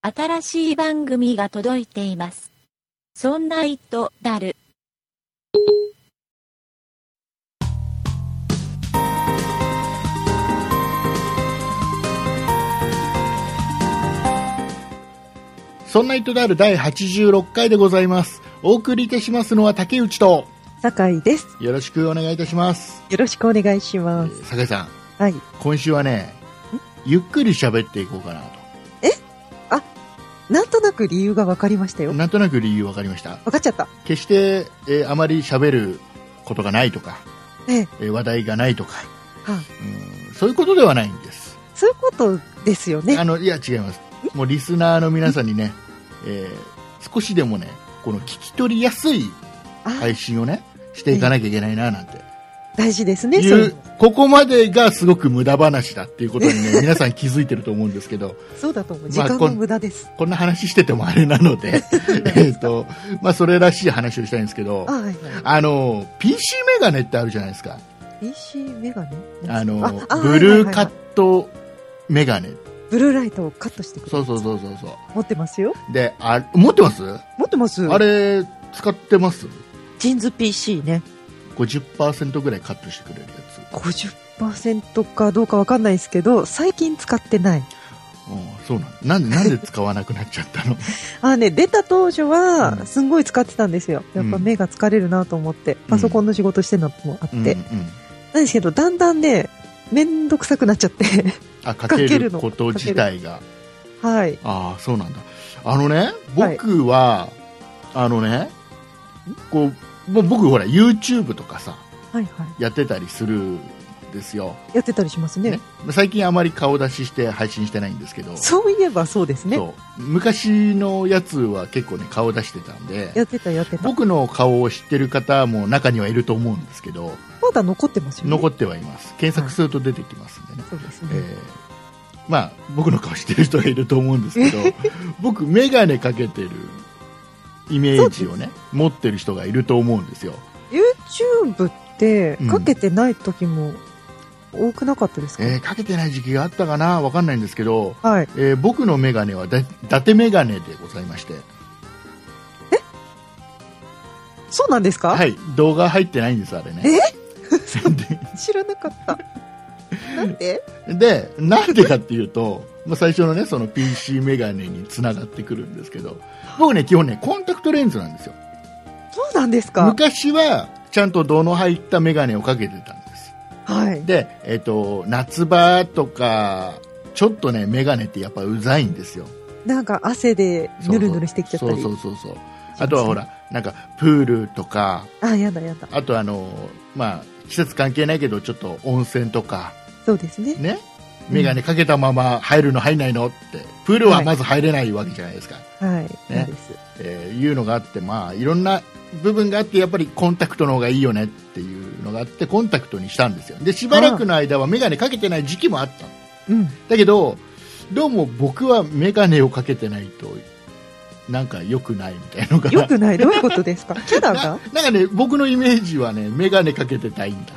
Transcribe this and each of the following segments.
新しい番組が届いています。そんな糸だる。そんな糸である第86回でございます。お送りいたしますのは竹内と、酒井です。よろしくお願いいたします。よろしくお願いします。酒井さん、はい。今週はね、ゆっくり喋っていこうかななんとなく理由が分かりましたと。よ。なんとなく理由わかりました。分かっちゃった。決して、えーあまり喋ることがないとか、ええ。えー話題がないとか、はあ、うんそういうことではないんです。そういうことですよねあ。の、いや、違います。もうリスナーの皆さんにね、えー少しでもね、この聞き取りやすいあ、配信をね、していかなきゃいけないな、なんて。大事ですね。いそううここまでがすごく無駄話だっていうことに ね、皆さん気づいてると思うんですけど、そうだと思う。時まあ間このん無駄です。こんな話しててもあれなの で、えっと、まあ、それらしい話をしたいんですけどあ、、はいはい。あの、PC メガネってあるじゃないですか。 PC メガネあの、あブルはーいカッはいはいトメガネ。ブルーライトをカットしてくれる。そうそうそうそうそ持ってますよ。う。で、あ、持ってます持ってます。あれ、使ってますジーンズ PC ね。 ?50% ぐらいカットしてくれるやつ。 50%かどうか分かんないですけど、最近使ってない。うん、そうなんなんで、なんで使わなくなっちゃった のあね、出た当初うんは、すんごい使ってたんですよ。やっぱうん目が疲れるなと思って、パソコンの仕事してるのもあって。うん、うん。なんですけど、だんだんね、めんどくさくなっちゃって。 あ、かかけけるるのこと自体が。はい。ああそうなんだあのね僕は、あのねこうもう僕ほら YouTube とかさはいはやってたりするんですよ、い。やってたりしますね。ね最近あまり顔出しして配信してないんですけどそういえばそうですね。そう昔のやつは結構ね顔出してたんでやってたやってた。僕の顔を知ってる方も中にはいると思うんですけどまだ残ってますよね。残っってはいます検索すると出てきますんでね、そうですえね。ーまあ僕の顔してる人がいると思うんですけど僕眼鏡かけてるイメージをね持ってる人がいると思うんですよ YouTube ってうん、かけてない時も多くなかったですか、えーかけてない時期があったかなわかんないんですけど、はい。えー僕の眼鏡はだ伊達眼鏡でございましてそうなんですか、はい動画入ってないんですあれね知らなかった。なんで でなんでかっていうと、まあ、最初のねその PC 眼鏡につながってくるんですけど僕ね基本ねコンタクトレンズなんですよそうなんですか昔はちゃんと度の入った眼鏡をかけてたんですはい。で、えっと夏場とかちょっとね眼鏡ってやっぱうざいんですよなんか汗でぬるぬるしてきちゃったそうり。そうそうそうあとはほ。らなんかプールとかあ、やだやだ。あとあのまあ季節関係ないけどちょっと温泉とかそうですね。ね眼鏡かけたまま入るの入んないのってプールはまず入れないわけじゃないですか、はい。ねそうです。えーいうのがあってまあいろんな部分があってやっぱりコンタクトの方がいいよねっていうのがあってコンタクトにしたんですよでしばらくの間は眼鏡かけてない時期もあったのうん。だけど、どうも僕は眼鏡をかけてないと、なんか良くないみたいなのが。よくない。どういうことですかキャラがななんかね、僕のイメージはね、眼鏡かけてたいんだ。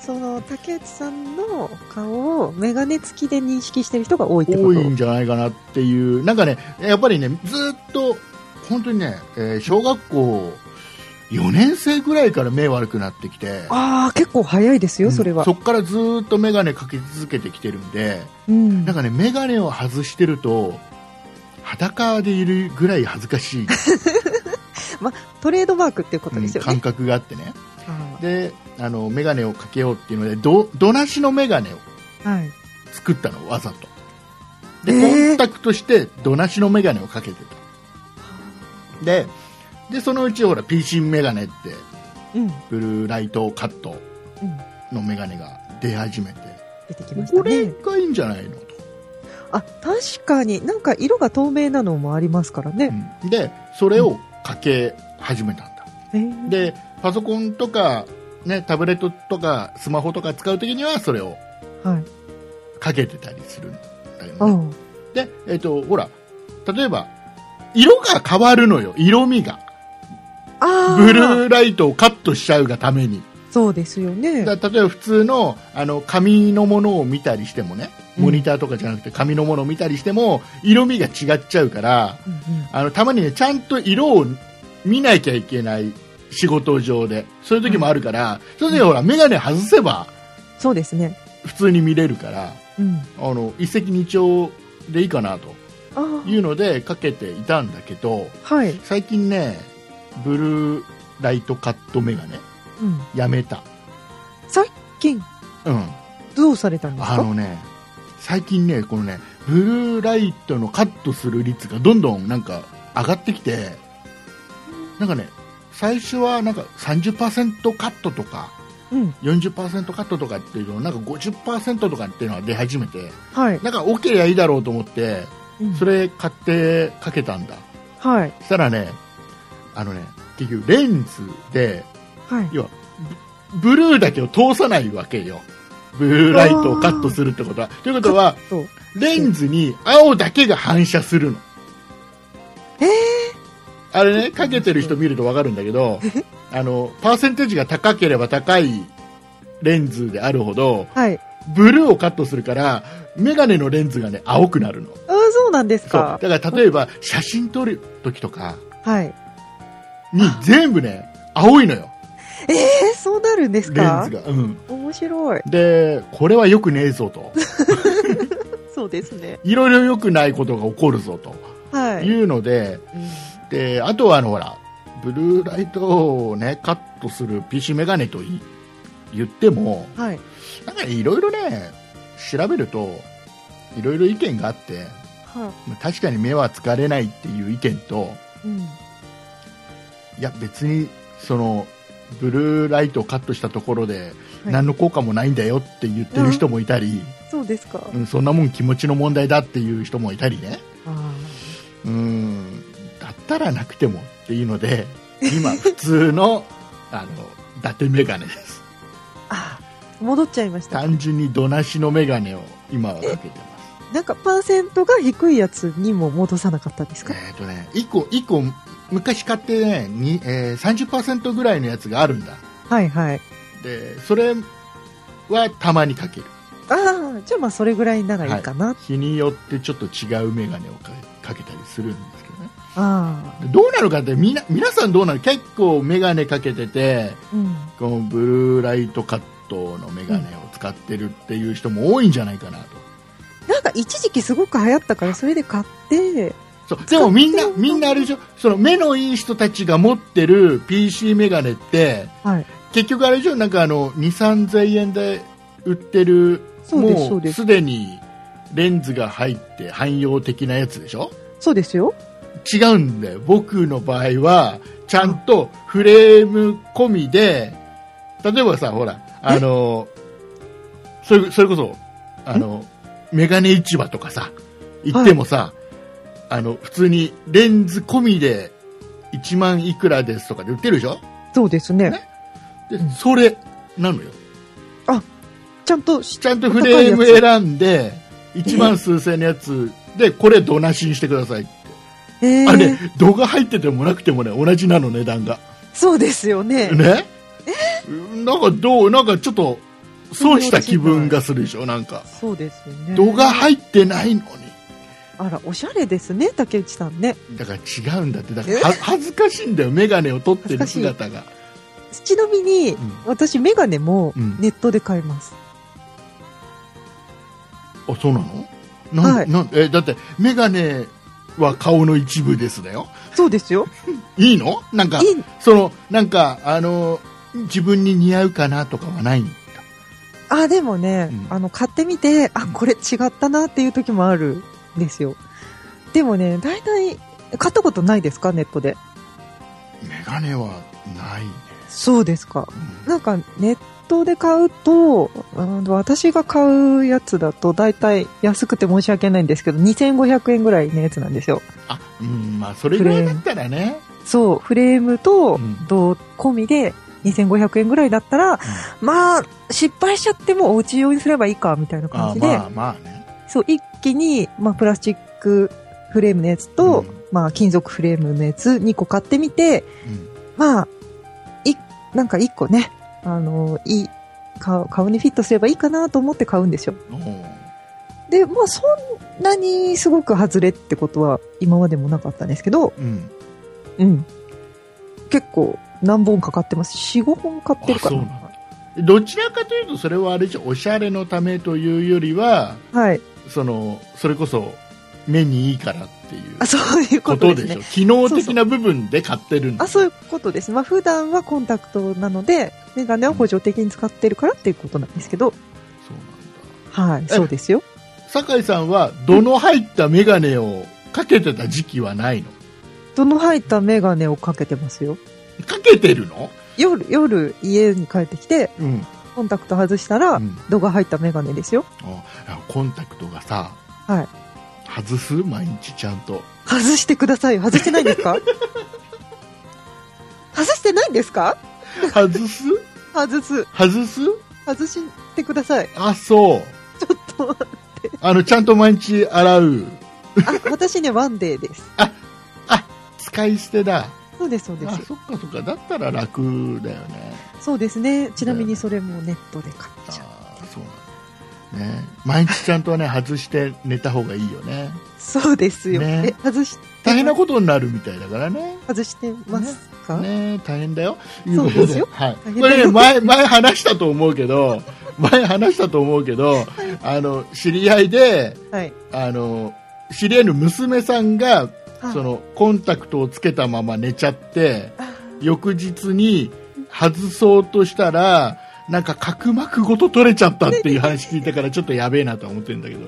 その竹内さんの顔をメガネ付きで認識してる人が多いってこ多いとんじゃないかなっていう。なんかね、やっぱりね、ずっと、本当にね、えー小学校4年生ぐらいから目悪くなってきて、ああ結構早いですよそれうんはそっからずっと眼鏡かけ続けてきてるんで、うんなんかね、眼鏡を外してると、裸でいるぐらい恥ずか しい、トレードマークっていうこうとでんすよ感ね覚があってね。あであの眼鏡をかけようっていうのでどどなしの眼鏡をーはい作ったのわざとで、えーコンタクトしてどなしの眼鏡をかけてたででそのうちほら PC 眼鏡ってうんうんブルーライトカットの眼鏡が出始めて、出てきましこたれねがいいんじゃないのと、あ確かになんか色が透明なのもありますからねうんでそれをかけ始めたんだえーでパソコンとか、ね、タブレットとかスマホとか使う時にはそれをはいかけてたりするんだよね、うんで、えっ、と、ほら、例えば、色が変わるのよ、色味が。ああブルーライトをカットしちゃうがために。そうですよね。だ例えば普通のあの紙のものを見たりしてもねうんモニターとかじゃなくて紙のものを見たりしても色味が違っちゃうからうんうんあのたまにねちゃんと色を見なきゃいけない仕事上でそういう時もあるから、そういう時はほら眼鏡外せばそうですね。普通に見れるからうん。あの一石二鳥でいいかなとあいうのでかけていたんだけどあ。はい。最近ねブルーライトカット眼鏡うん。やめた。金、うんどうされたんですあかのね、最近ね、このね、ブルーライトのカットする率がどんどんなんか上がってきて、なんかね、最初はなんか30%カットとか、うん。 40%カットとかっていうのをなんか50%とかっていうのが出始めて、はい。なんか多ければいいだろうと思って、うんそれ買ってかけたんだ。はい。したらね、あのね、結局レンズで、はい。ブルーだけを通さないわけよ。ブルーライトをカットするってことは。ということは、そう。レンズに青だけが反射するの。えーあれね、かけてる人見るとわかるんだけど、あの、パーセンテージが高ければ高いレンズであるほど、はい。ブルーをカットするから、メガネのレンズがね、青くなるの。ああ、そうなんですそう。か。だから例えば、写真撮る時とかはい。に全部ね、青いのよ、ええそうなるんでレすンズがか。うん。面白い。で、これは良くねえぞと。そうですね。いろいろ良くないことが起こるぞとはい。いうので、であとはあのほらブルーライトを、ね、カットする PC メガネとい言ってもはい。なんかいろいろね調べるといろいろ意見があってはまあ確かに目は疲れないっていう意見とい。うん。いや別にそのブルーライトをカットしたところではい何の効果もないんだよって言ってる人もいたり、そうですか。うんそんなもん気持ちの問題だっていう人もいたりねあうんだったらなくてもっていうの で今普通のあの伊達メガネですあー。戻っちゃいました。単純にどなしのメガネを今はかけてますなんかパーセントが低いやつにも戻さなかったんですか。えっ、とね1個一個昔買ってねに、えー、30%ぐらいのやつがあるんだはいはい。でそれはたまにかけるああ、じゃあまあそれぐらいならいいかな。日によってちょっと違うメガネをかかけたりするんですけどねあでどうなるかってみな皆さんどうなる結構メガネかけててあ。うん。このブルーライトカットのメガネを使ってるっていう人も多いんじゃないかなと。なんか一時期すごく流行ったからそれで買って、そうでもみんな使ってるみんなあれでしょその目のいい人たちが持ってる PC メガネってはい。結局あれでしょなんかあの2 3 0円で売ってるそうですそもううですすでにレンズが入って汎用的なやつでしょそうですよ。違うんだよ僕の場合はちゃんとフレーム込みで例えばさほらあのそれそれこそあのメガネ市場とかさ行ってもさ、あの普通にレンズ込みで1万いくらですとかで売ってるでしょそうですねね。でそれなのよちゃんとし、ちゃんとフレーム選んで1万数千のやつでこれどなしにしてくださいって、えあれーね、度が入っててもなくてもね同じなの値段がそうですよね。ね、なんかどうなんかちょっと損した気分がするでしょなんかそうですよね。度が入ってないのにあら、おしゃれですね、竹内さんね。だから違うんだってだからは恥ずかしいんだよ眼鏡を取ってる姿がちなみに、私、メガネもうんネットで買います。あそうなのなん、はいなんえだって眼鏡は顔の一部ですだよそうですよ。いいのなんかいいそのなんかあの自分に似合うかなとかはないんだあ、でもね、うんあの、買ってみて、あ、うんこれ違ったなっていう時もあるんですよ。でもね、大体、買ったことないですか、ネットで。眼鏡はないね、そうですか。うんなんか、ネットで買うと、うん私が買うやつだと、大体、安くて申し訳ないんですけど、2500円ぐらいのやつなんですよ。あうんまあそれぐらいだったらね、そう、フレームとうん銅込みで2500円ぐらいだったら、まあ、失敗しちゃってもお家用にすればいいか、みたいなあ感じで、まあまあねそう、一気に、まあ、プラスチックフレームのやつと、うんまあ、金属フレームのやつ2個買ってみて、うんまあ、い、なんか1個ね、あの、いい、顔顔にフィットすればいいかなと思って買うんですよ。うんで、まあそんなにすごく外れってことは今までもなかったんですけど、うん、うん。結構何本か買ってます。4、5本買ってるかあそうなんな。どちらかというとそれはあれじゃおしゃれのためというよりははい。そのそれこそ目にいいからっていうあ、そういうここととですでしょ。ね機能的な部分で買ってるんだあ、そういうことです。まあ普段はコンタクトなので、メガネは補助的に使ってるからっていうことなんですけど、そうなんはい、そうですよ。だ酒井さんはどの入った眼鏡をかけてた時期はないのどの入ったメガネをかけてますよ。かけてるの、夜、夜家に帰ってきて、うんコンタクト外したら、うん度が入ったメガネですよ。あコンタクトがさ、はい外す毎日ちゃんと外してくださいよ。外してないん ですか外してないんですか外す外す。外す外してください。あそうちょっと待って。あのちゃんと毎日洗うあ、私ね、ワンデーです。使い捨てだそうです、そうであす。そっかそっかだったら楽だよねそうですね。ちなみにそれもネットで買っちゃう。ああそうなんだね毎日ちゃんとね 外して寝た方がいいよねそうですよ。ねえ、外し、大変なことになるみたいだからね外してますか、ね大変だよそうですよはい、大変こだれよね前前話したと思うけど 前話したと思うけどあの知り合いではい。あの知り合いの娘さんがはいそのコンタクトをつけたまま寝ちゃってあ翌日に外そうとしたらなんか角膜ごと取れちゃったっていう話聞いたからちょっとやべえなとは思ってるんだけど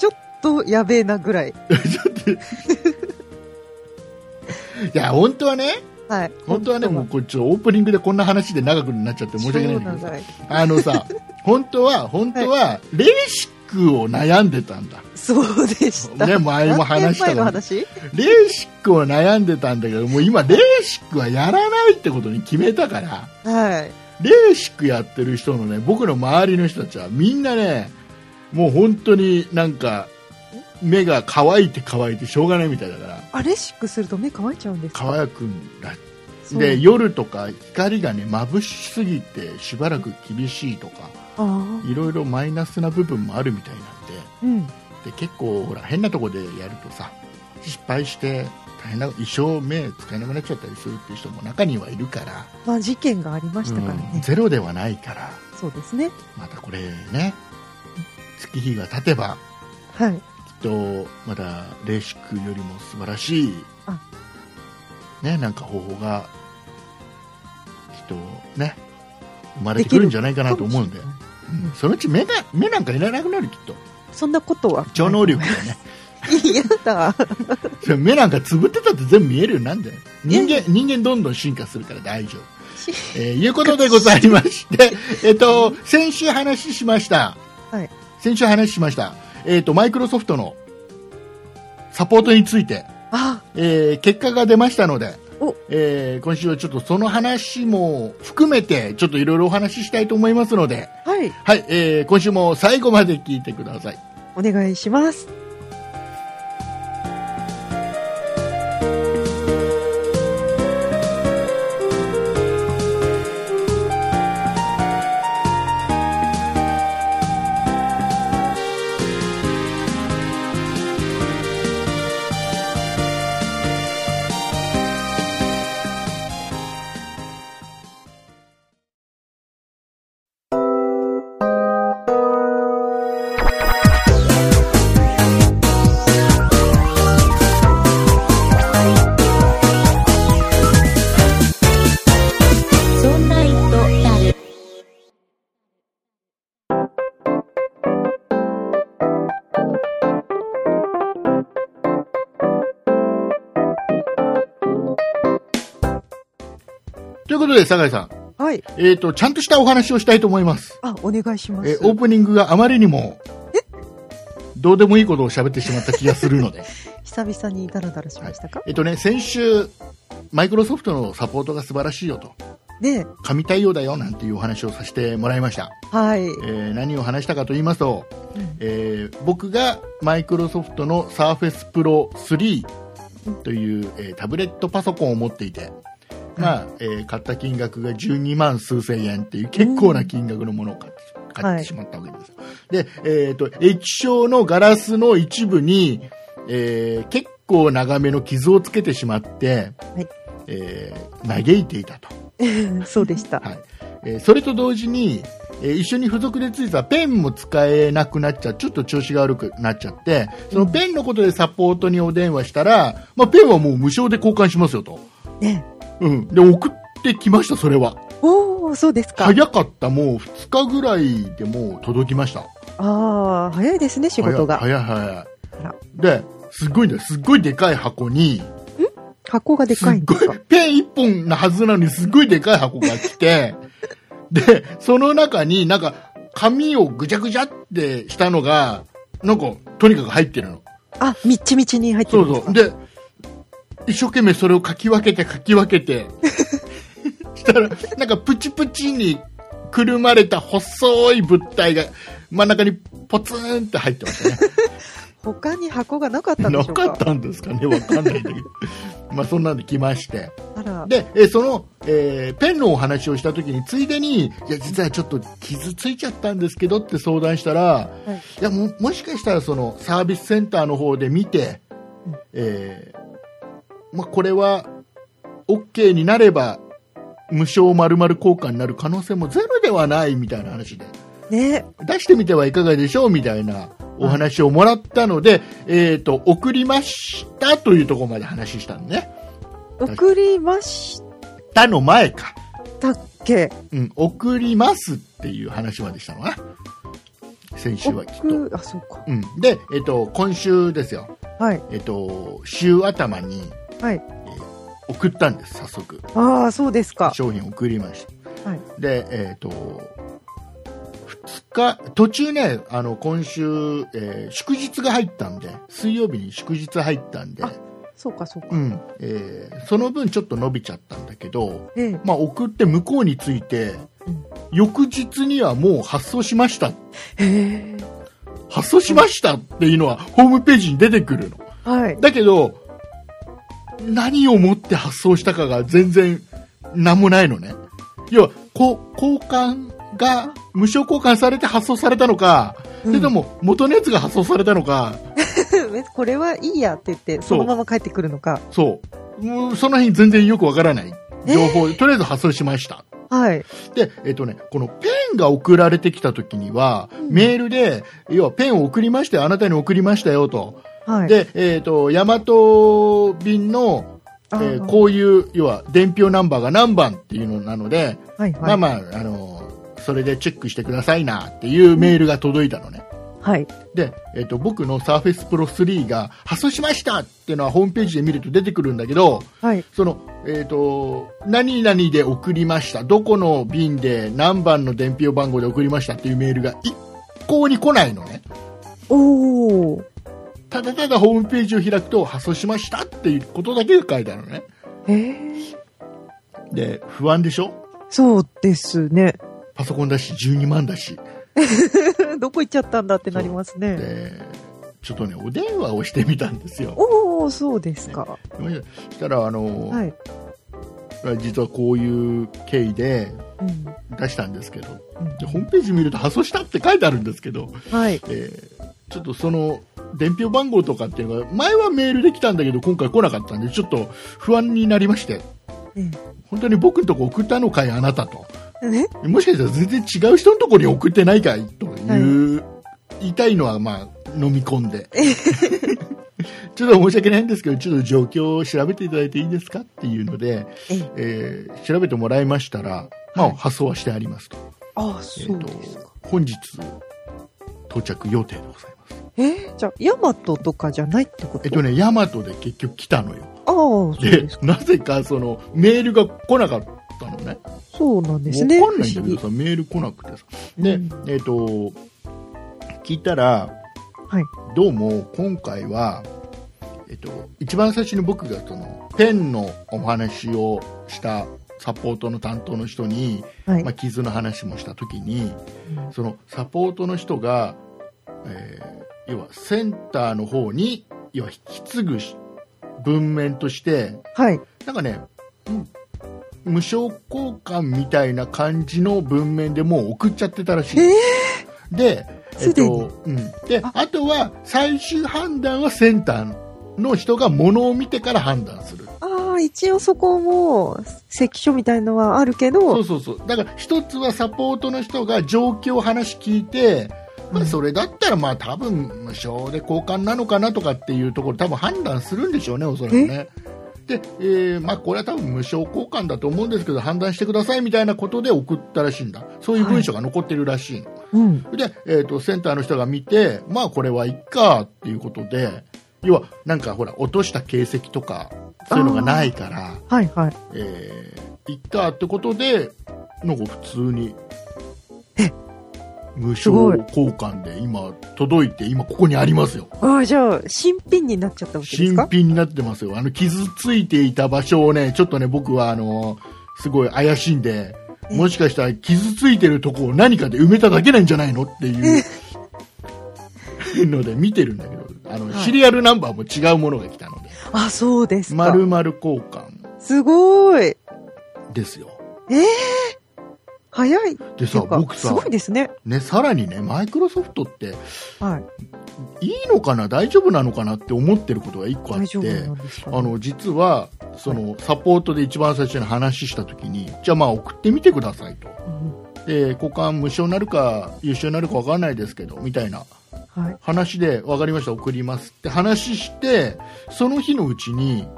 ちょっとやべえなぐらい。いや本当はねはい。本当はねもうこっちオープニングでこんな話で長くなっちゃって申し訳ないんだけどさ超長いあのさ本当は本当はレーシックを悩んでたんだそうでした。ね前も話した何の年前の話レーシックを悩んでたんだけどもう今レーシックはやらないってことに決めたからはい。レーシックやってる人のね僕の周りの人たちはみんなねもう本当になんか目が乾いて乾いてしょうがないみたいだからあれシックすると目乾いちゃうんですか乾くんだそうで夜とか光がね眩しすぎてしばらく厳しいとかああ。いろいろマイナスな部分もあるみたいなんでうん。で結構ほら変なとこでやるとさ失敗して大変な一生目使えなくなっちゃったりするっていう人も中にはいるから、まあ事件がありましたからうんね。ゼロではないからそうですね。またこれね月日が経てばはい。きっとまだレーシックよりも素晴らしいあ、ね、なんか方法がきっとね生まれてくるんじゃないかなと思うんで、うんそのうち目が目なんかいらなくなるきっとそんなことは。超 能力だよね嫌だ。それ目なんかつぶってたって全部見えるようになんだよ人いや間人間どんどん進化するから大 丈夫えーいうことでございまして、えっと、先週話しました。はい先週話しました。えっと、マイクロソフトのサポートについて、あ、えー結果が出ましたのでお、えー今週はちょっとその話も含めて、ちょっといろいろお話ししたいと思いますので、はい。はい、えー今週も最後まで聞いてください。お願いします。そんな糸だる、ということで、酒井さん、はい。えっ、と、ちゃんとしたお話をしたいと思います。あ、お願いします。えーオープニングがあまりにもどうでもいいことを喋ってしまった気がするの で久々にダラダラしましたか、えっとね先週マイクロソフトのサポートが素晴らしいよとね神対応だよなんていうお話をさせてもらいました、はい。えー何を話したかと言いますと、うんえー僕がマイクロソフトの Surface Pro 3という、えータブレットパソコンを持っていてまあ、えー買った金額が12万数千円っていう結構な金額のものを買って,、買ってしまったわけですよ。で、えっ、と、液晶のガラスの一部に、えー結構長めの傷をつけてしまって、はいえー嘆いていたと。 そうでした。はいえーそれと同時に、えー一緒に付属でついたペンも使えなくなっちゃうちょっと調子が悪くなっちゃってそのペンのことでサポートにお電話したら、まあ、ペンはもう無償で交換しますよと、ね。うん、で送ってきましたそれはおお、そうですか。早かったもう2日ぐらいでもう届きましたああ、早いですね、仕事が。早い早い早いあらですごいんだよすっごいでかい箱に箱がでかいんですすっかごい。ペン一本なはずなのにすっごいでかい箱が来て、 で、その中になんか紙をぐちゃぐちゃってしたのが、なんかとにかく入ってるの。あ、みっちみちに入ってそるんですうそかう。で、一生懸命それをかき分けてかき分けて、 したらなんかプチプチにくるまれた細い物体が真ん中にポツンって入ってましたね。他に箱がなかったんでなしょうかかったんですかねわかんないんだけど。まあそんなんで来まして。あら、で、えーその、えーペンのお話をしたときに、ついでに、いや、実はちょっと傷ついちゃったんですけどって相談したら、い、や、も、もしかしたらそのサービスセンターの方で見てうん、えーまあ、これは、OK になれば、無償丸々交換になる可能性もゼロではないみたいな話で、ね。出してみてはいかがでしょうみたいなお話をもらったので、えっ、と、送りましたというところまで話したのね。送りましだの前か。たっけうん、送りますっていう話までしたのかな先週はきっと。送、あ、そうか。うん、で、えっと、今週ですよ、はい。えっと、週頭にはい。送ったんです、早速。ああ、そうですか。商品送りました。はいで、えっと、2日、途中ね、あの、今週、えー祝日が入ったんで、水曜日に祝日入ったんで、あそうか、そうか。うん、えーその分ちょっと伸びちゃったんだけど、ええ。まあ、送って向こうについて、うん翌日にはもう発送しましたへえ。発送しましたっていうのはホームページに出てくるのはい。だけど何をもって発送したかが全然何もないのね要はこ交換が無償交換されて発送されたのか、それとも元のやつが発送されたのかうんこれはいいやって言って、そのまま帰ってくるのか。そうもうその辺全然よくわからない情報、とりあえず発送しましたはい。で、えっとね、このペンが送られてきた時には、うんメールで、要はペンを送りましたよ、あなたに送りましたよと。はい。で、えっ、と、ヤマト便の、えあー、ーこういう、要は伝票ナンバーが何番っていうのなので、はい、はい。まあまあ、あの、それでチェックしてくださいなっていうメールが届いたのね。はい。で、えっ、と、僕の Surface Pro 3が発送しましたっていうのはホームページで見ると出てくるんだけど、はい。その、えっ、と、何々で送りました。どこの便で何番の伝票番号で送りましたっていうメールが一向に来ないのね。おー。ただただホームページを開くと発送しましたっていうことだけが書いてあるのね。へえ。で、不安でしょそうですね。 パソコンだし、12万だし。どこ行っちゃったんだってなりますね。で、ちょっとね、お電話をしてみたんですよ。おお、そうですか。そしたら、あの、はい。実はこういう経緯でうん出したんですけど、でうホームページ見ると発送したって書いてあるんですけど、ん、はい。えーちょっとその伝票番号とかっていうのが前はメールで来たんだけど今回来なかったんでちょっと不安になりましてえ本当に僕のとこ送ったのかいあなたとえねもしかしたら全然違う人のとこに送ってないかいという、言いたいのはまあ飲み込ん でちょっと申し訳ないんですけどちょっと状況を調べていただいていいですかっていうので、ええー調べてもらいましたら、まはあ、い発送はしてありますと,、ああ、えそうーですか。と本日到着予定でございますえじゃあ、ヤマトとかじゃないってことえっとね、ヤマトで結局来たのよ。ああ、そうでです、か。なぜかそのメールが来なかったのね。そうなんですね。わかんないんだけど不さ、メール来なくてさ。思で、議えっ、と、聞いたら、はいどうも今回は、えっ、と、一番最初に僕がその、ペンのお話をしたサポートの担当の人に、うんはいまあ、傷の話もした時に、うんそのサポートの人が、えー要はセンターの方に要は引き継ぐし文面としてはい。なんかね、うん無償交換みたいな感じの文面でもう送っちゃってたらしいえで、えっすでにとうん、であとは最終判断はセンターの人がものを見てから判断するああ、一応そこも、関所みたいのはあるけそどう、そうそうだから一つはサポートの人が状況を話聞いて、まうあ、んそれだったらまあ多分無償で交換なのかなとかっていうところ多分判断するんでしょうねおそらくね。でえーまあ、これは多分無償交換だと思うんですけど判断してくださいみたいなことで送ったらしいんだそういう文章が残ってるらしいの、うん。で、えー、とセンターの人が見て、まあ、これはいっかっていうことで要はなんかほら落とした形跡とかそういうのがないから、はいはい。えーいっかってことでなんか普通に無すごい償交換で今届いて今ここにありますよああ、じゃあ、新品になっちゃったわけです新か品になってますよあの傷ついていた場所をねちょっとね僕はあのすごい怪しいんでえもしかしたら傷ついてるとこを何かで埋めただけなんじゃないのっていうので見てるんだけどあの、はいシリアルナンバーも違うものが来たのであ、そうですか。丸々交換すごい。ですよ早い。でさっていうか僕すさごいですね。ね、さらにねマイクロソフトってはい。いいのかな大丈夫なのかなって思ってることが一個あっ大丈夫てなんですか、ね、あの実はそのサポートで一番最初に話した時にじゃあまあ送ってみてくださいとうん、で交換無償になるか優勝になるか分かんないですけどみたいなはい。話で分かりました送りますって話してその日のうちに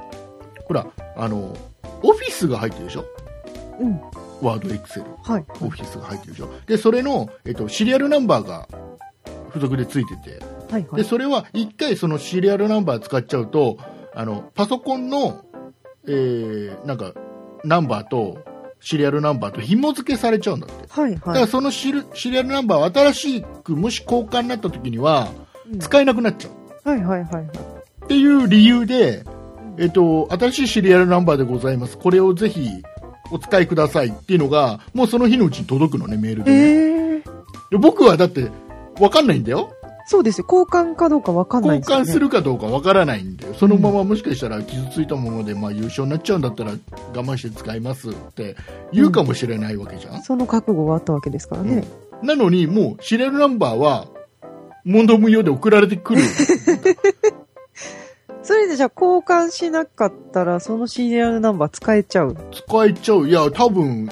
ほらあのオフィスが入ってるでしょうん。ワードエクセルはい。オフィスが入ってるでしょでそれの、えっと、シリアルナンバーが付属で付いててはい。はでい。それは1回そのシリアルナンバー使っちゃうとあのパソコンの、えーなんかナンバーとシリアルナンバーと紐付けされちゃうんだって、はい。だかはらい。そのシルシリアルナンバーを新しくもし交換になった時にはうん使えなくなっちゃうはい。はい。はい。っていう理由で、えっと、新しいシリアルナンバーでございますこれをぜひお使いくださいっていうのがもうその日のうちに届くのねメールで,、ねええー。で僕はだって分かんないんだよそうですよ。交換かどうかわかんない交ですよ、ね。換するかどうかわからないんで、そのままもしかしたら傷ついたままで、まあ、優勝になっちゃうんだったら我慢して使いますって言うかもしれないわけじゃん、その覚悟があったわけですからね。なのにもうシリアルナンバーは問答無用で送られてくるそれでじゃあ交換しなかったら、そのシリアルナンバー使えちゃう。使えちゃういや多分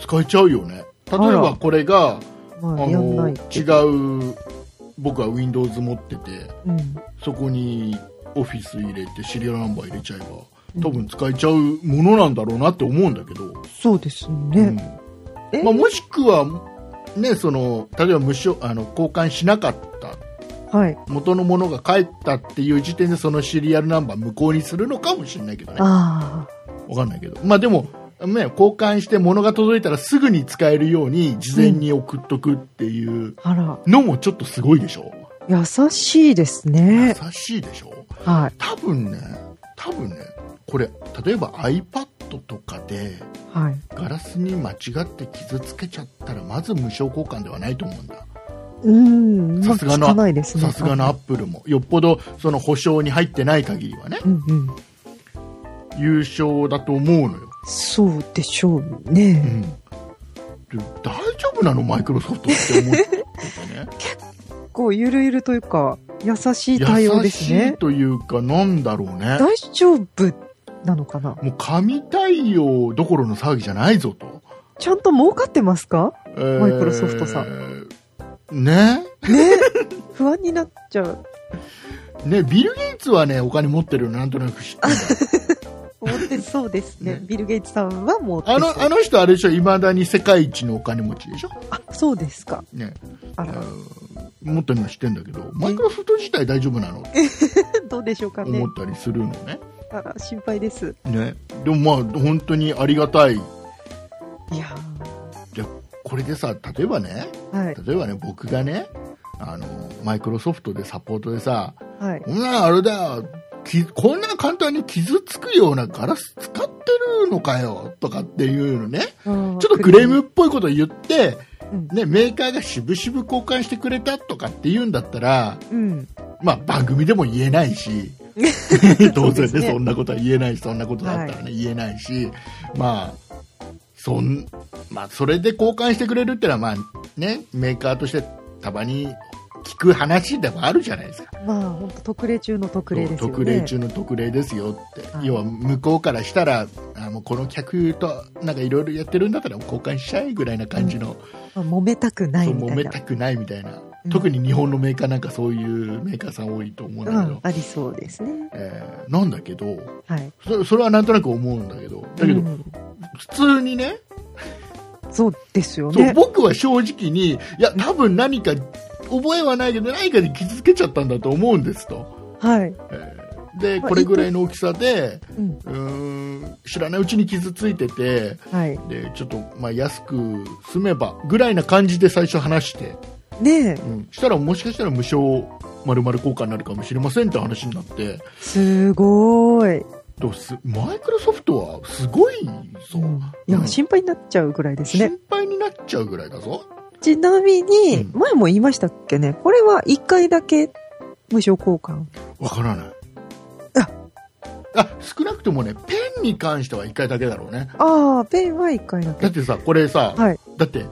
使えちゃうよね例えあばらこれがあまあ、やんのな違いけど。う僕は Windows 持っててうん。そこにオフィス入れてシリアルナンバー入れちゃえば多分使えちゃうものなんだろうなって思うんだけど、そうですうんね。えまあ、もしくは、ね、その例えば無償あの交換しなかったはい。元のものが返ったっていう時点でそのシリアルナンバー無効にするのかもしれないけどねわああ。かんないけど、まあ、でも、ね、交換して物が届いたらすぐに使えるように事前に送っとくっていうあら、のもちょっとすごいでしょ優しいです優ね。しいでしょはい。多分ね多分ねこれ例えば iPad とかではい。ガラスに間違って傷つけちゃったらまず無償交換ではないと思うんだうん。さすがのまあ聞かないですね。さすがのアップルもよっぽどその保証に入ってない限りはねうんうん。優勝だと思うのよ、そうでしょううね。ん、で大丈夫なのマイクロソフトって思ってね こう、ゆるゆるというか、優しい対応です優しねい。というかなんだろうね大丈夫なのかなもう神対応どころの騒ぎじゃないぞと、ちゃんと儲かってますかえーマイクロソフトさね不安になっちゃう。ねビル・ゲイツはねお金持ってるのなんとなく知ってる 思ってそうです ね。ねビル・ゲイツさんはもうあのあの人あれでしょいまだに世界一のお金持ちでしょあ、そうですか。ねああら、の持ってるのは知ってんだけどマイクロソフト自体大丈夫なのってどうでしょうかね思っ。たりするのねあら、心配です。ねでもまあ本当にありがたいいやこれでさ例えばねーはい、例えばね僕がねあのマイクロソフトでサポートでさはい「こ。んなあれだよきこんな簡単に傷つくようなガラス使ってるのかよ」とかっていうのねちょちょっとクレームっぽいこと言って、うんね、メーカーが渋々交換してくれたとかって言うんだったらうん。 まあ、番組でも言えないし、当然そうですねねそんなことは言えないしそんなことだったらね、言えないしまあそんまあそれで交換してくれるってのはまあねメーカーとしてたまに聞く話でもあるじゃないですかまあ、本当特例中の特例ですよね。特例中の特例ですよって、はい要は向こうからしたらあもうこの客となんかいろいろやってるんだったら交換しちゃえぐらいな感じの、まあ、揉めたくないそうみた揉いめなた。くないみたいな、うん特に日本のメーカーなんかそういうメーカーさん多いと思うんうだけど、ん、ありそうですね。えーなんだけどはい。そそれはなんとなく思うんだけどだけど、うん普通にねそうですよそうね。僕は正直にいや多分何か覚えはないけど何かで傷つけちゃったんだと思うんですと。はい。えーでまあこれぐらいの大きさでううん。ーん知らないうちに傷ついててはい。でちょっとまあ安く済めばぐらいな感じで最初話して、ねえ、うん、したらもしかしたら無償まるまる交換になるかもしれませんって話になってすごーい。どうすマイクロソフトはすごいぞ、うんいや、うん心配になっちゃうぐらいですね。心配になっちゃうぐらいだぞちなみに、うん前も言いましたっけね、これは1回だけ無償交換。わからないああ少なくともねペンに関しては1回だけだろうねああ、ペンは1回だけ。だってさこれさ、はいだって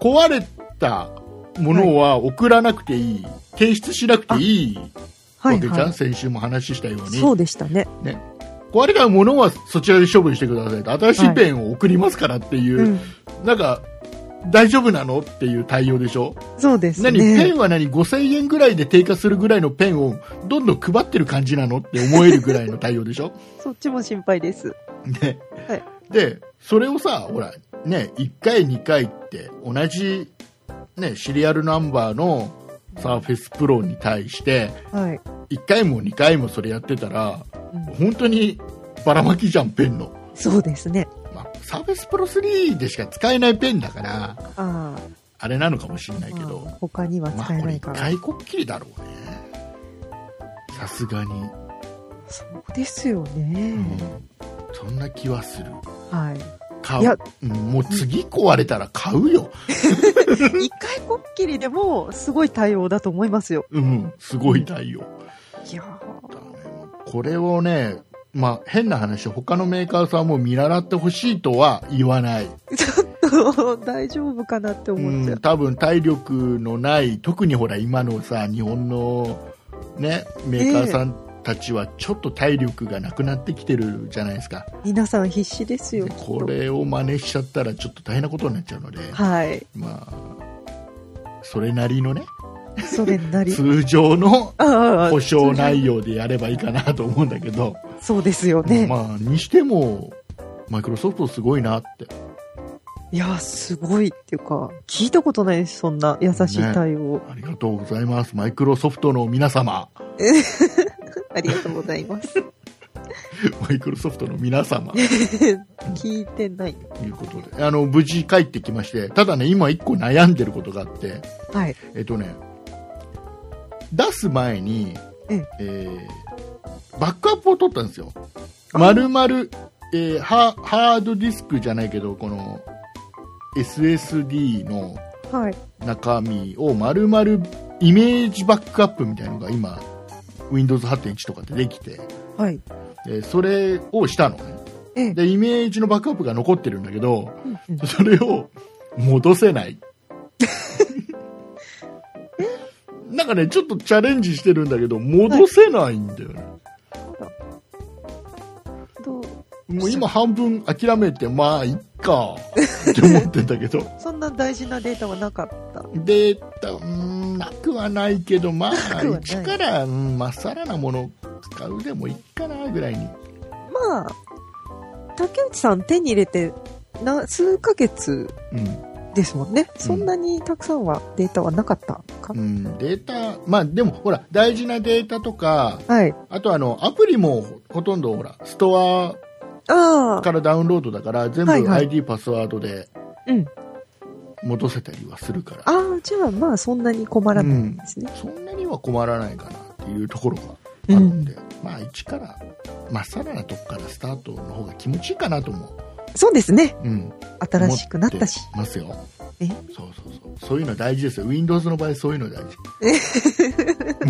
壊れたものは送らなくていい、提出しなくていいわはいけじゃん、は先週も話したようい。にそうでしたね。壊れたものはそちらで処分してくださいと新しいペンを送りますからっていう、うん。なんか大丈夫なのっていう対応でしょ、そうですね。何ペンは何5000円ぐらいで定価するぐらいのペンをどんどん配ってる感じなのって思えるぐらいの対応でしょ、 そっちも心配です。ねはいでそれをさほら、ね、1回、2回って同じ、ね、シリアルナンバーのサーフェスプロに対してはい。 1回も2回もそれやってたらうん本当にばらまきじゃん、ペンの。そうですね。まあ、サーフェスプロ3でしか使えないペンだからああれなのかもしれなあ、いけどまあ、他にはまあ使えこなれい一から。回こっきりだろうねさすがに、そうですようね。んそんな気はするはい。買いうやうんもう次壊れたら買うよ一回こっきりでも、すごい対応だと思いますよ。うんすごい対応いやーだねこれをねまあ変な話他のメーカーさんも見習ってほしいとは言わない、 大丈夫かなってう思っちゃん、う。多分体力のない特にほら今のさ日本のねメーカーさんたちはちょっと体力がなくなってきてるじゃないですか、皆さん必死ですよ。できっとこ。れを真似しちゃったらちょっと大変なことになっちゃうので、はい。まあ、それなりのねそれなり。通常の ああ保証内容でやればいいかなと思うんだけど、そうですよね。まあ、にしてもマイクロソフトすごいなっていや、すごいっていうか、聞いたことないです、そんな優しい対応。ありがとうございますマイクロソフトの皆様 ありがとうございます。 マイクロソフトの皆様と聞いてない。いうことであの無事帰ってきましてただね今一個悩んでることがあってはい。えっとね出す前に、えええーバックアップを取ったんですよ丸々、えーハハードディスクじゃないけどこの SSD のはい。中身を丸々イメージバックアップみたいのが今 Windows8.1 とかでできてはい。でそれをしたのねええ。でイメージのバックアップが残ってるんだけどうんうん それを戻せ ないなんかねちょっとチャレンジしてるんだけど戻せないんだよね、どうもう今半分諦めてまあいっ かって思ってんだけどそんな大事なデータはなかった。データうーんなくはないけどまなあくはない一からうんまっさらなもの使うでもいいかなぐらいにまあ、竹内さん手に入れて、な、数ヶ月うん、ですもんね。そんなにたくさんはデータはなかったか。うん、データまあでもほら大事なデータとかはい。あとあのアプリもほとんどほらストあアかあ。らダウンロードだから全部はいはい ID パスワードでうん。戻せたりはするから、ああ、じゃあまあそんなに困らないんですね。そんなには困らないかなっていうところがあるんで、まあ一からまっさらなとこからスタートの方が気持ちいいかなとも、そうですね。うん、新しくなったし思。てますよえそうそうそうそういうの大事ですよ Windows の場合そういうの大事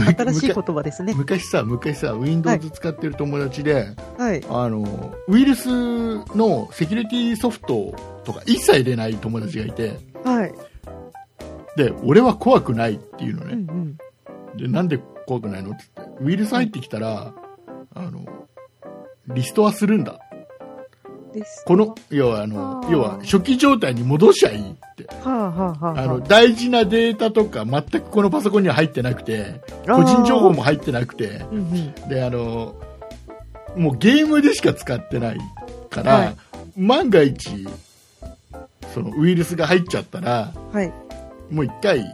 新しい言葉です ね。昔さ、昔さ、Windows 使ってる友達で、はい。あの、ウイルスのセキュリティソフトとか一切入れない友達がいて、はい。で、俺は怖くないっていうのうね。んうん。で、なんで怖くないのって言って、ウイルス入ってきたら、あの、リストはするんだ。です。この、要はあのあ、ー要は初期状態に戻しゃいいって。はあはあはあ。あの、大事なデータとか全くこのパソコンには入ってなくて、個人情報も入ってなくて、うんうん。であのもうゲームでしか使ってないから、はい万が一そのウイルスが入っちゃったらはい。もう一回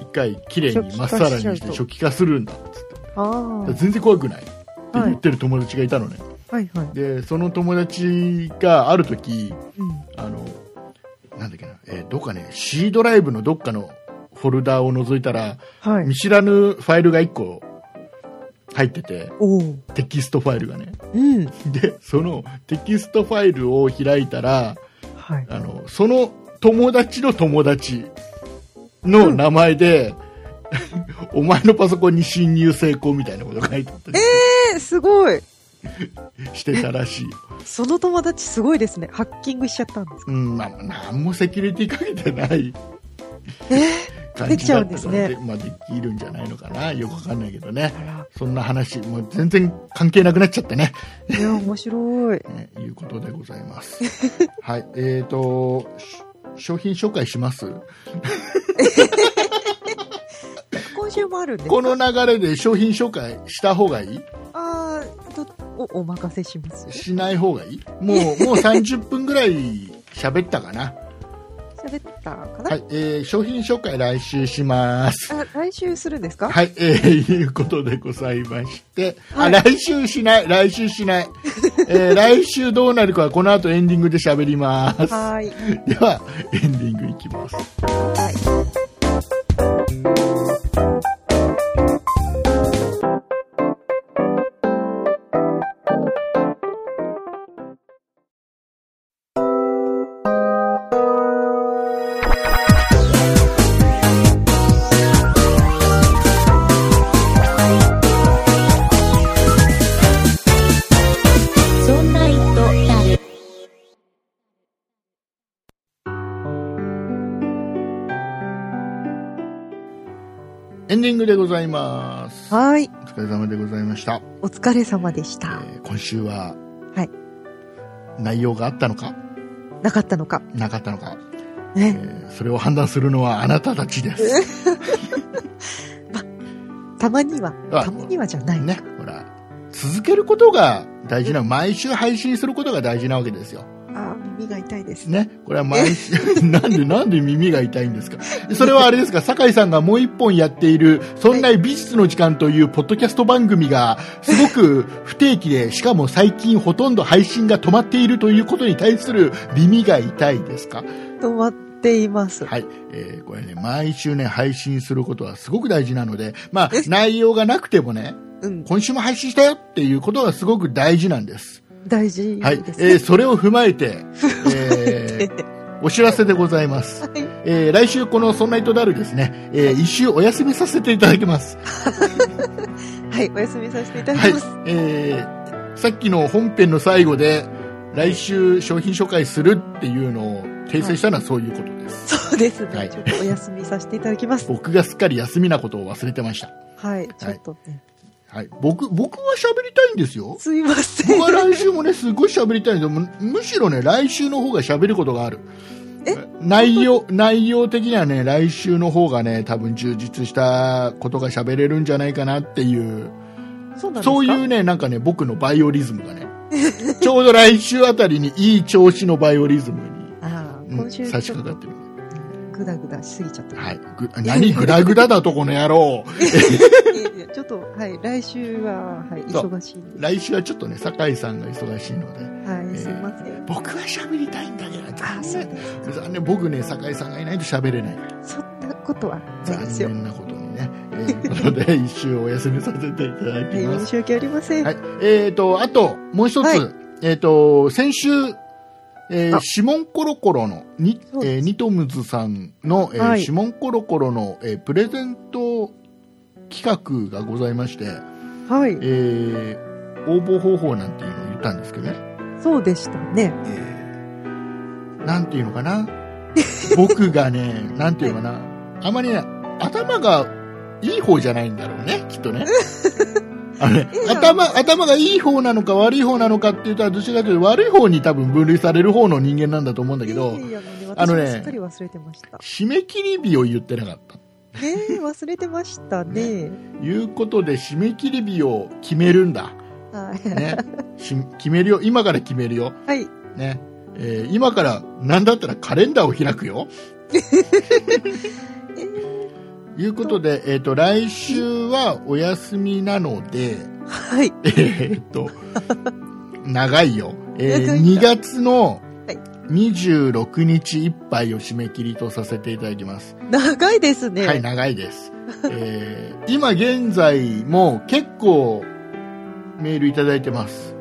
一回綺麗にまっさらに初期化ししちてゃうと初期化するんだっつってああ。だから全然怖くないっては言いってる友達がいたのね、はいはい。でその友達がある時うん。あのなんだっけな、えーどっかね C ドライブのどっかのフォルダを覗いたらはい見。知らぬファイルが1個入ってておお。テキストファイルがねうん。でそのテキストファイルを開いたらはい。あのその友達の友達の名前で、お前のパソコンに侵入成功みたいなことが書いてあったりえー、すごい。してたらしい、その友達すごいですね。ハッキングしちゃったんですか。うんまあ、何もセキュリティかけてないえ感できじちゃだうっんたですのねでまあ、できるんじゃないのかなよくわかんないけどねー、あら。そんな話もう全然関係なくなっちゃってねいや、面白い。ねいうことでござい ます。はい、えっ、と、し商品紹介します。今週もあるんですかこの流れで商品紹介した方がいいああ、と、お、お任せします。しない方がいいもう、もう30分ぐらい喋ったかな。喋ったかな、はい、えー商品紹介来週します。あ、来週するんですかはい、えーいうことでございまして、はいあ、来週しない、来週しない。えー来週どうなるかはこの後エンディングで喋ります。はーい。では、エンディングいきます。はい。そんな糸だる。エンディングでございます。おはーい。疲れ様でございました。お疲れ様でした。えー今週は、はい内容があったのかなかったのか。なかったのか、えね。ーそれを判断するのはあなたたちです。たまには、あたまにはじゃない。ね、ほら続けることが大事な毎週配信することが大事なわけですよ。あー耳が痛いです。ね、これは毎週 なんでなんで耳が痛いんですかそれはあれですか酒井さんがもう一本やっている「そんな美術の時間」というポッドキャスト番組がすごく不定期でしかも最近ほとんど配信が止まっているということに対する耳が痛いですか止まっています。はい、えーこれね、毎週ね、配信することはすごく大事なので、まあ、内容がなくてもね、うん。今週も配信したよっていうことがすごく大事なんです。大事はい、ですね。えーそれを踏まえて、えー お知らせでございます。はえー来週このそんな糸だるですね、えー一週お休みさせていただきます。い。はい。お休みさせていただはいきます。、えーさっきの本編の最後で、来週商品紹介するっていうのを訂正したのはそういうことです。そうですね、はいちょっとお休みさせていただきます。僕がすっかり休みなことを忘れてました。はい。ちょっとね。はい、僕僕は喋りたいんですよ。すいません僕。は来週もね、すごい喋りたいんですよむ。むしろね、来週の方が喋ることがある。え内容、内容的にはね、来週の方がね、多分充実したことが喋れるんじゃないかなっていう、そうなんですかそういうね、なんかね、僕のバイオリズムがね、ちょうど来週あたりにいい調子のバイオリズムああ、に、うん今週差ちしょっ掛とかってる。グダグダしすぎちゃった。はい。ぐ何グラグラだと、この野郎。 いやいやちょっと、はい、来週は、はい、そう忙しいんで。来週はちょっとね、酒井さんが忙しいので、はい、すいません。僕は喋りたいんだけど、ああ、そうです。残念僕ね酒井さんがいないと喋れないそんなことはないです残よ。念なことに ね、えー、ということで一周お休みさせていただきはい、ます、申し訳ありません。はいえー、とあともう一つ、はいえー、と先週えーあシモンコロコロのにそう、でえすーニトムズさんの、えーはいシモンコロコロの、えープレゼント企画がございまして、はい。えー応募方法なんていうのを言ったんですけどね、そうでしたね。えーなんていうのかな 僕がねなんていうのかなあまりね頭がいい方じゃないんだろうねきっとねあのねいいな頭頭がいい方なのか悪い方なのかっていうとどちらかというと悪い方に多分分類される方の人間なんだと思うんだけどいやいやいやあのね私もすっかり忘れてました。締め切り日を言ってなかったねえ、忘れてましたね。いうことで締め切り日を決めるんだ、は い。ね、し決めるよ今から決めるよはい。ねえー今から何だったらカレンダーを開く よ。いうことで、えっ、と、来週はお休みなので、はい。えっと、長いよ。え長いん2だ月のはい26日いっぱいを締め切りとさせていただきます。長いですね。はい、長いです。えー今現在も結構メールいただいてます。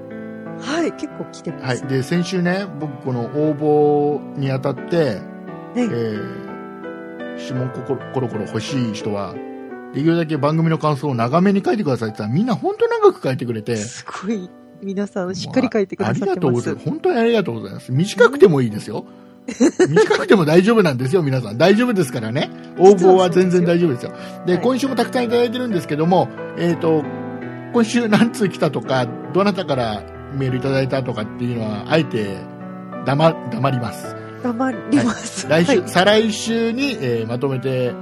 はい。結構来てまはいす。、で先週ね僕この応募にあたって、えねー指紋ココロコロ欲しい人はできるだけ番組の感想を長めに書いてくださいって言ったらみんな本当長く書いてくれてすごい。皆さん、しっかり書いてくださああっりがてとうまごすざい。ます本当にありがとうございます短くてもいいです よ短くても大丈夫なんですよ皆さん大丈夫ですからね応募は全然大丈夫ですよではい今週もたくさんいただいてるんですけどもえっ、と今週何通来たとかどなたからメールいただいたとかっていうのはあえて黙黙ります黙ります。来週、はい再来週に、えーまとめて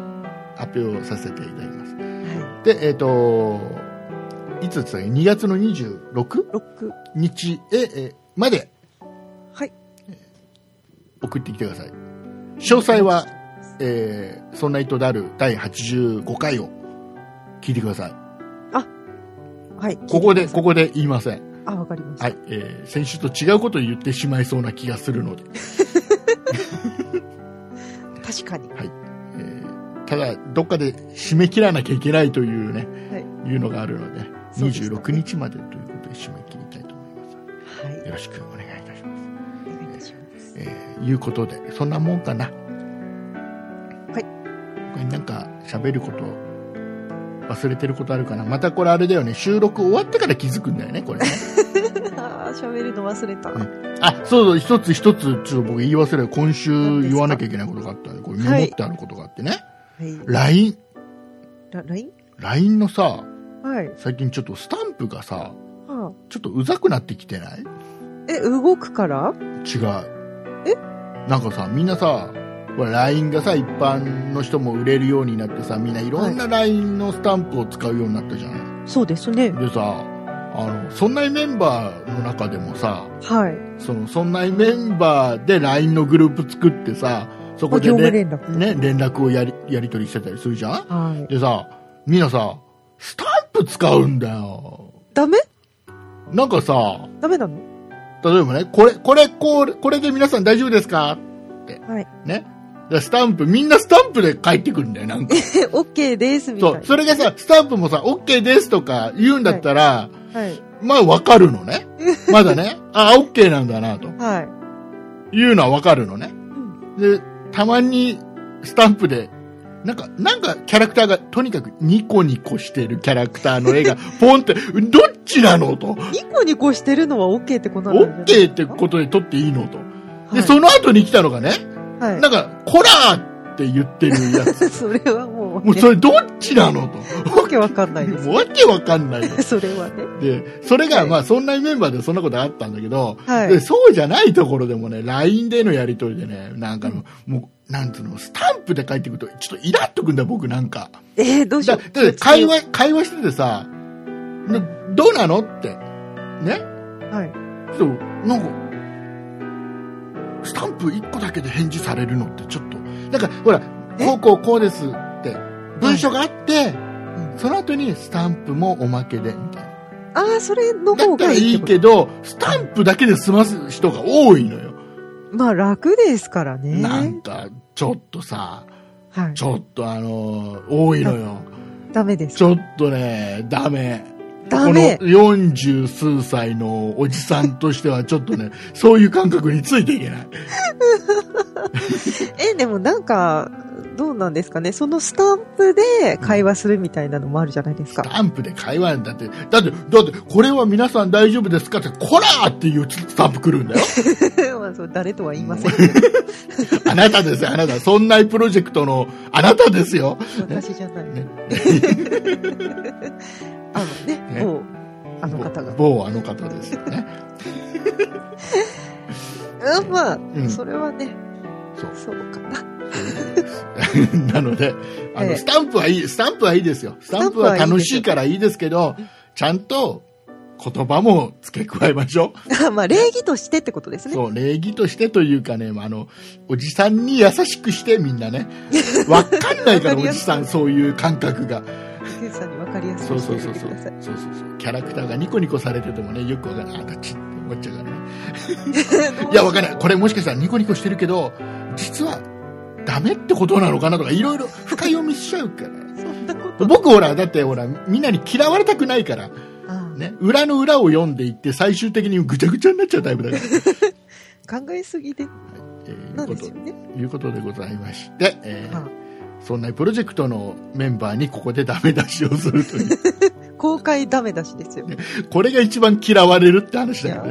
発表させていただきますはでえっ、といつですか2月の 26? い。六。日へえまではい送ってきてください詳細は「えーそんな糸である」第85回を聞いてくださいはい。ここでここで言いません、あ、わかりました。はいえー先週と違うことを言ってしまいそうな気がするので、確かに。えーただどっかで締め切らなきゃいけないというね、い、うのがあるのでそうでしたね26日までということで締め切りたいと思いますはい。よろしくお願いいたしますお願いいたします。えーいうことでそんなもんかなはいこれなんか喋ること忘れてることあるかなまたこれあれだよね収録終わってから気づくんだよねこれねああ、 喋るの忘れた。んあそうそう一つ一つちょっと僕言い忘れ今週言わなきゃいけないことがあったんでこれメモってあることがあってね、はい。 LINE ラ、ライン LINE のさはい。最近ちょっとスタンプがさはあ、ちょっとうざくなってきてないえ、動くから違うなんかさみんなさほら LINE がさ一般の人も売れるようになってさみんないろんな LINE のスタンプを使うようになったじゃん、そうですね。でさあのそんなメンバーの中でもさはい。そのそんなメンバーで LINE のグループ作ってさそこで業務ね連絡。ね連絡をやりやり取りしてたりするじゃんはい。でさみんなさスタンプ使うんだよダメなんかさダメなの例えばね、これ、これ、これ、これで皆さん大丈夫ですかって。はいね。でスタンプ、みんなスタンプで帰ってくるんだよ、なんか。え、OK です、みたいそなう。。それがさ、スタンプもさ、OK ですとか言うんだったら、はい。まあわかるのね。まだね。あ、OK なんだな、とはい。いうのはわかるのね。んで、たまにスタンプで、なんか、なんかキャラクターが、とにかくニコニコしてるキャラクターの絵 が、ポンって、どっちなのと。ニコニコしてるのは OK ってことなんだ OK ってことで撮っていいのと。とで、その後に来たのがね、はい。なんか、コラーって言ってるやつ。 それはもう、もうね、それどっちなのと。わけわかんな いです。もうわけわかんないよそれはね。で、それが、はいまあ、そんなメンバーでそんなことあったんだけど、はいで、。そうじゃないところでもね、LINE でのやりとりでね、なんかの、もう、なんつうの、スタンプで書いてくると、ちょっとイラっとくんだよ、僕なんか。えー、どうしだよだう。って会話、会話しててさ、ねどうなのって、ね、はい。ちょっと、なんか、スタンプ1個だけで返事されるのってちょっと、なんか、ほら、えこうこうこうですって、文書があって、その後にスタンプもおまけで、みたいな。ああ、それのだ方ったがらいいいいってけど、スタンプだけで済ます人が多いのよ。こと。まあ、楽ですからね。なんか、ちょっとさ、はいち。ょっとあのー多いのよ。ダメですち。ょっとね、ダメ。ダメこの40数歳のおじさんとしてはちょっとね、そういう感覚についていけない。え、でもなんか、どうなんですかね。そのスタンプで会話するみたいなのもあるじゃないですスか。タンプで会話だって、だって、だって、これは皆さん大丈夫ですかって、こらーっていうスタンプ来 るんだよ。 まあ、そう誰とは言いませんけど、あなたですよ、あなた。そんなプロジェクトのあなたですよ。私じゃない。ね あのね、ね某、あの方が。某某あの方ですよね。 うん、まあ、んそれはね、そうそうかな。なので、あえの、えスタンプはいい、スタンプはいいですよ。スタンプは楽しいからいいですけど、ちゃんと言葉も付け加えましょあ まあ、礼儀としてってことですう。ね。そう、礼儀としてというかね、まああの、おじさんに優しくしてみん なね。わかんないから、おじさん、そういう感覚が。ゆうさんに分かりやすそくうしてそうあそうげてそう。そうくださそい。うそう。キャラクターがニコニコされててもね、よくわからない。あ、ガチって思っちゃうからね。 いや、わかんない。これもしかしたらニコニコしてるけど、実は、ダメってことなのかなとか、いろいろ深読みしちゃうから。そんなこと。僕ほら、だってほら、みんなに嫌われたくないから、ああね、裏の裏を読んでいって、最終的にぐちゃぐちゃになっちゃうタイプだ から。考えすぎで、えーなんいうこですよと、ね。いうことでございまして、えーはそんなプロジェクトのメンバーにここでダメ出しをするという、あ公開ダメ出しですよ。これが一番嫌われるって話だやから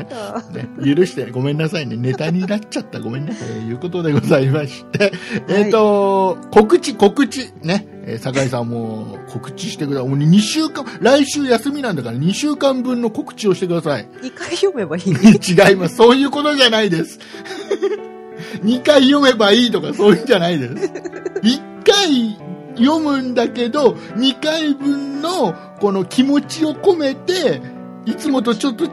ね。だ。ね、許して、ごめんなさいね。ネタになっちゃった。ごめんなさい。ということでございまして。えっ、と、告知、告知。ね。えー酒井さんも告知してください。もう2週間、来週休みなんだから2週間分の告知をしてください。二回読めばいい。 違います。そういうことじゃないです。2回読めばいいとかそういうんじゃないです。1回読むんだけど、2回分のこの気持ちを込めて、いつもとちょっと違う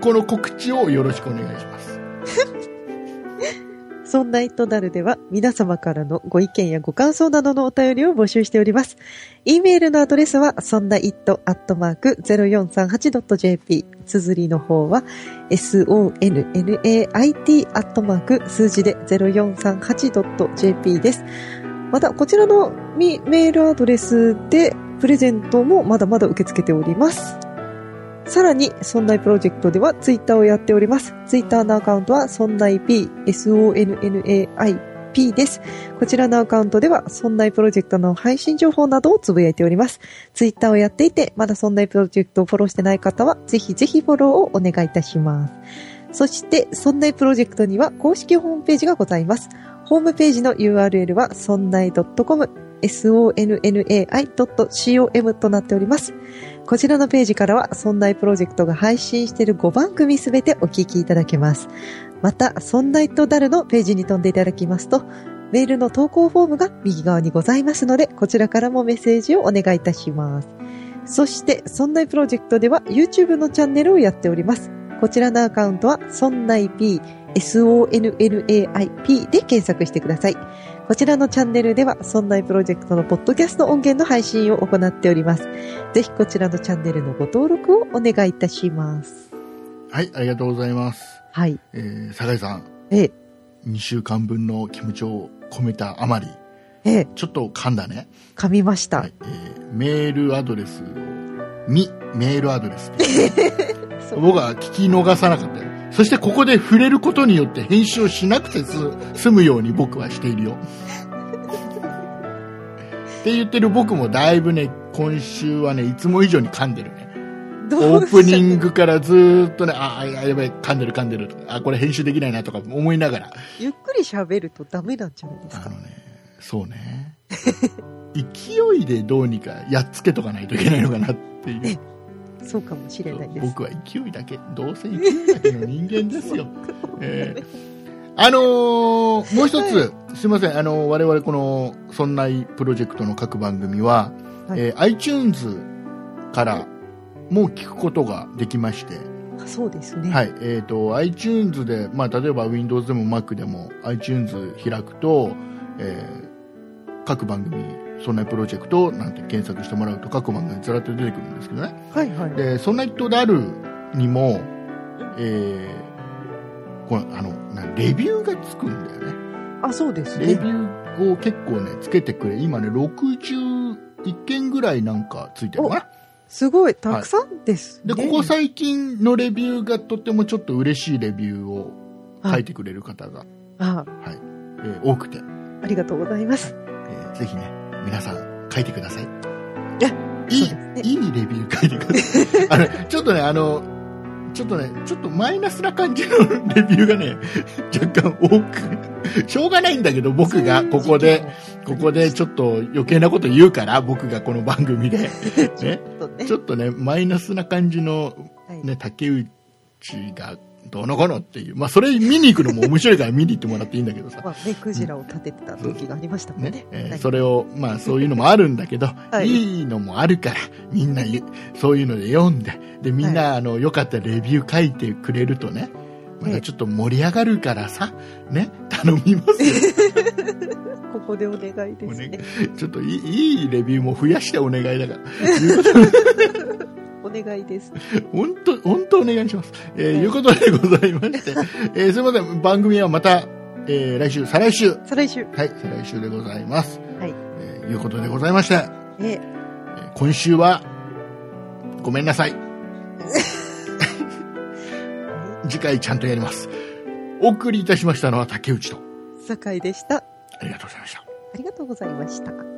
この告知をよろしくお願いします。 そんな糸ダルでは皆様からのご意見やご感想などのお便りを募集しております。e メールのアドレスは、そんな it.0438.jp。綴りの方は、sonnait. 数字で 0438.jp です。また、こちらのみメールアドレスで、プレゼントもまだまだ受け付けております。さらに、そんないプロジェクトではツイッターをやっております。ツイッターのアカウントは、そんない P、SONNAIP です。こちらのアカウントでは、そんないプロジェクトの配信情報などをつぶやいております。ツイッターをやっていて、まだそんないプロジェクトをフォローしてない方は、ぜひぜひフォローをお願いいたします。そして、そんないプロジェクトには公式ホームページがございます。ホームページの URL は、そんない .com、sonnai.com となっております。こちらのページからは、そんないプロジェクトが配信している5番組すべてお聞きいただけます。また、そんないとだるのページに飛んでいただきますと、メールの投稿フォームが右側にございますので、こちらからもメッセージをお願いいたします。そして、そんないプロジェクトでは YouTube のチャンネルをやっております。こちらのアカウントは、そんない P、SONNAIP で検索してください。こちらのチャンネルでは、そんないプロジェクトのポッドキャスト音源の配信を行っております。ぜひこちらのチャンネルのご登録をお願いいたします。はい、ありがとうございます。はい。えー、酒井さん、ええ、 2週間分の気持ちを込めたあまり、ええ、ちょっと噛んだね。噛みました。はい、えー、メールアドレスを、み、メールアドレスでそう僕は聞き逃さなかったよそしてここで触れることによって編集をしなくてす済むように僕はしているよって言ってる僕もだいぶね今週はねいつも以上に噛んでるねどオうープしちゃニったングからずーっとねああやばい噛んでる噛んでるあこれ編集できないなとか思いながらゆっくり喋るとダメなんじゃないですあかの。ねそうね 勢いでどうにかやっつけとかないといけないのかなっていうそうかもしれないです。僕は勢いだけどうせ勢いだけの人間です よ、えーあのーもう一つ、すいません、あのー我々この「そんないプロジェクト」の各番組は、はいえー iTunes からもう聞くことができまして、あそうですね。はいえー、と iTunes で、まあ、例えば Windows でも Mac でも iTunes 開くと、えー各番組「そんないプロジェクト」なんて検索してもらうと各番組ずらっと出てくるんですけどねはい、はい、はい。で、そんな人であるにも、えー、この、あの、なレビューがつくんだよね。あ、そうですレビね。ューを結構ね、つけてくれ。今ね、61件ぐらいなんかついてるかな。すごい、たくさんです、ねで、ここ最近のレビューがとってもちょっと嬉しいレビューを書いてくれる方が、あえー多くて。ありがとうございます。えーぜひね、皆さん書いてください。いそいうですね、いいレビュー書いてください。 あの、ちょっとね、あの、ちょっとね、ちょっとマイナスな感じのレビューがね、 若干多く、しょうがないんだけど、僕がここで、ここでちょっと余計なこと言うから、僕がこの番組 で、ね、ちょっとねちょっとね、マイナスな感じの、はいね、竹内がどうのこうのっていう、まあ、それ見に行くのも面白いから見に行ってもらっていいんだけどさ。まあね、クジラを立ててた時がありましたもん ねね。えーはいそれを、まあそういうのもあるんだけど、いい、いのもあるから、みんなゆそういうので読んで、で、みんな、あの、よかったらレビュー書いてくれるとね、まえたえちょっと盛り上がるからさ、ね、頼みますよ。 ここでお願いですね。ちょっといいいいレビューも増やしてお願いだから、お願いです。本当、本当お願いします。えーはいいうことでございまして、えーすいません、番組はまた、えー来週、再来週、再来週。はい、再来週でございます。はい。えーいうことでございまして、ええ、ー今週は、ごめんなさい。 次回ちゃんとやります。お送りいたしましたのは竹内と、酒井でした。あありがとうございました。りがとうございました。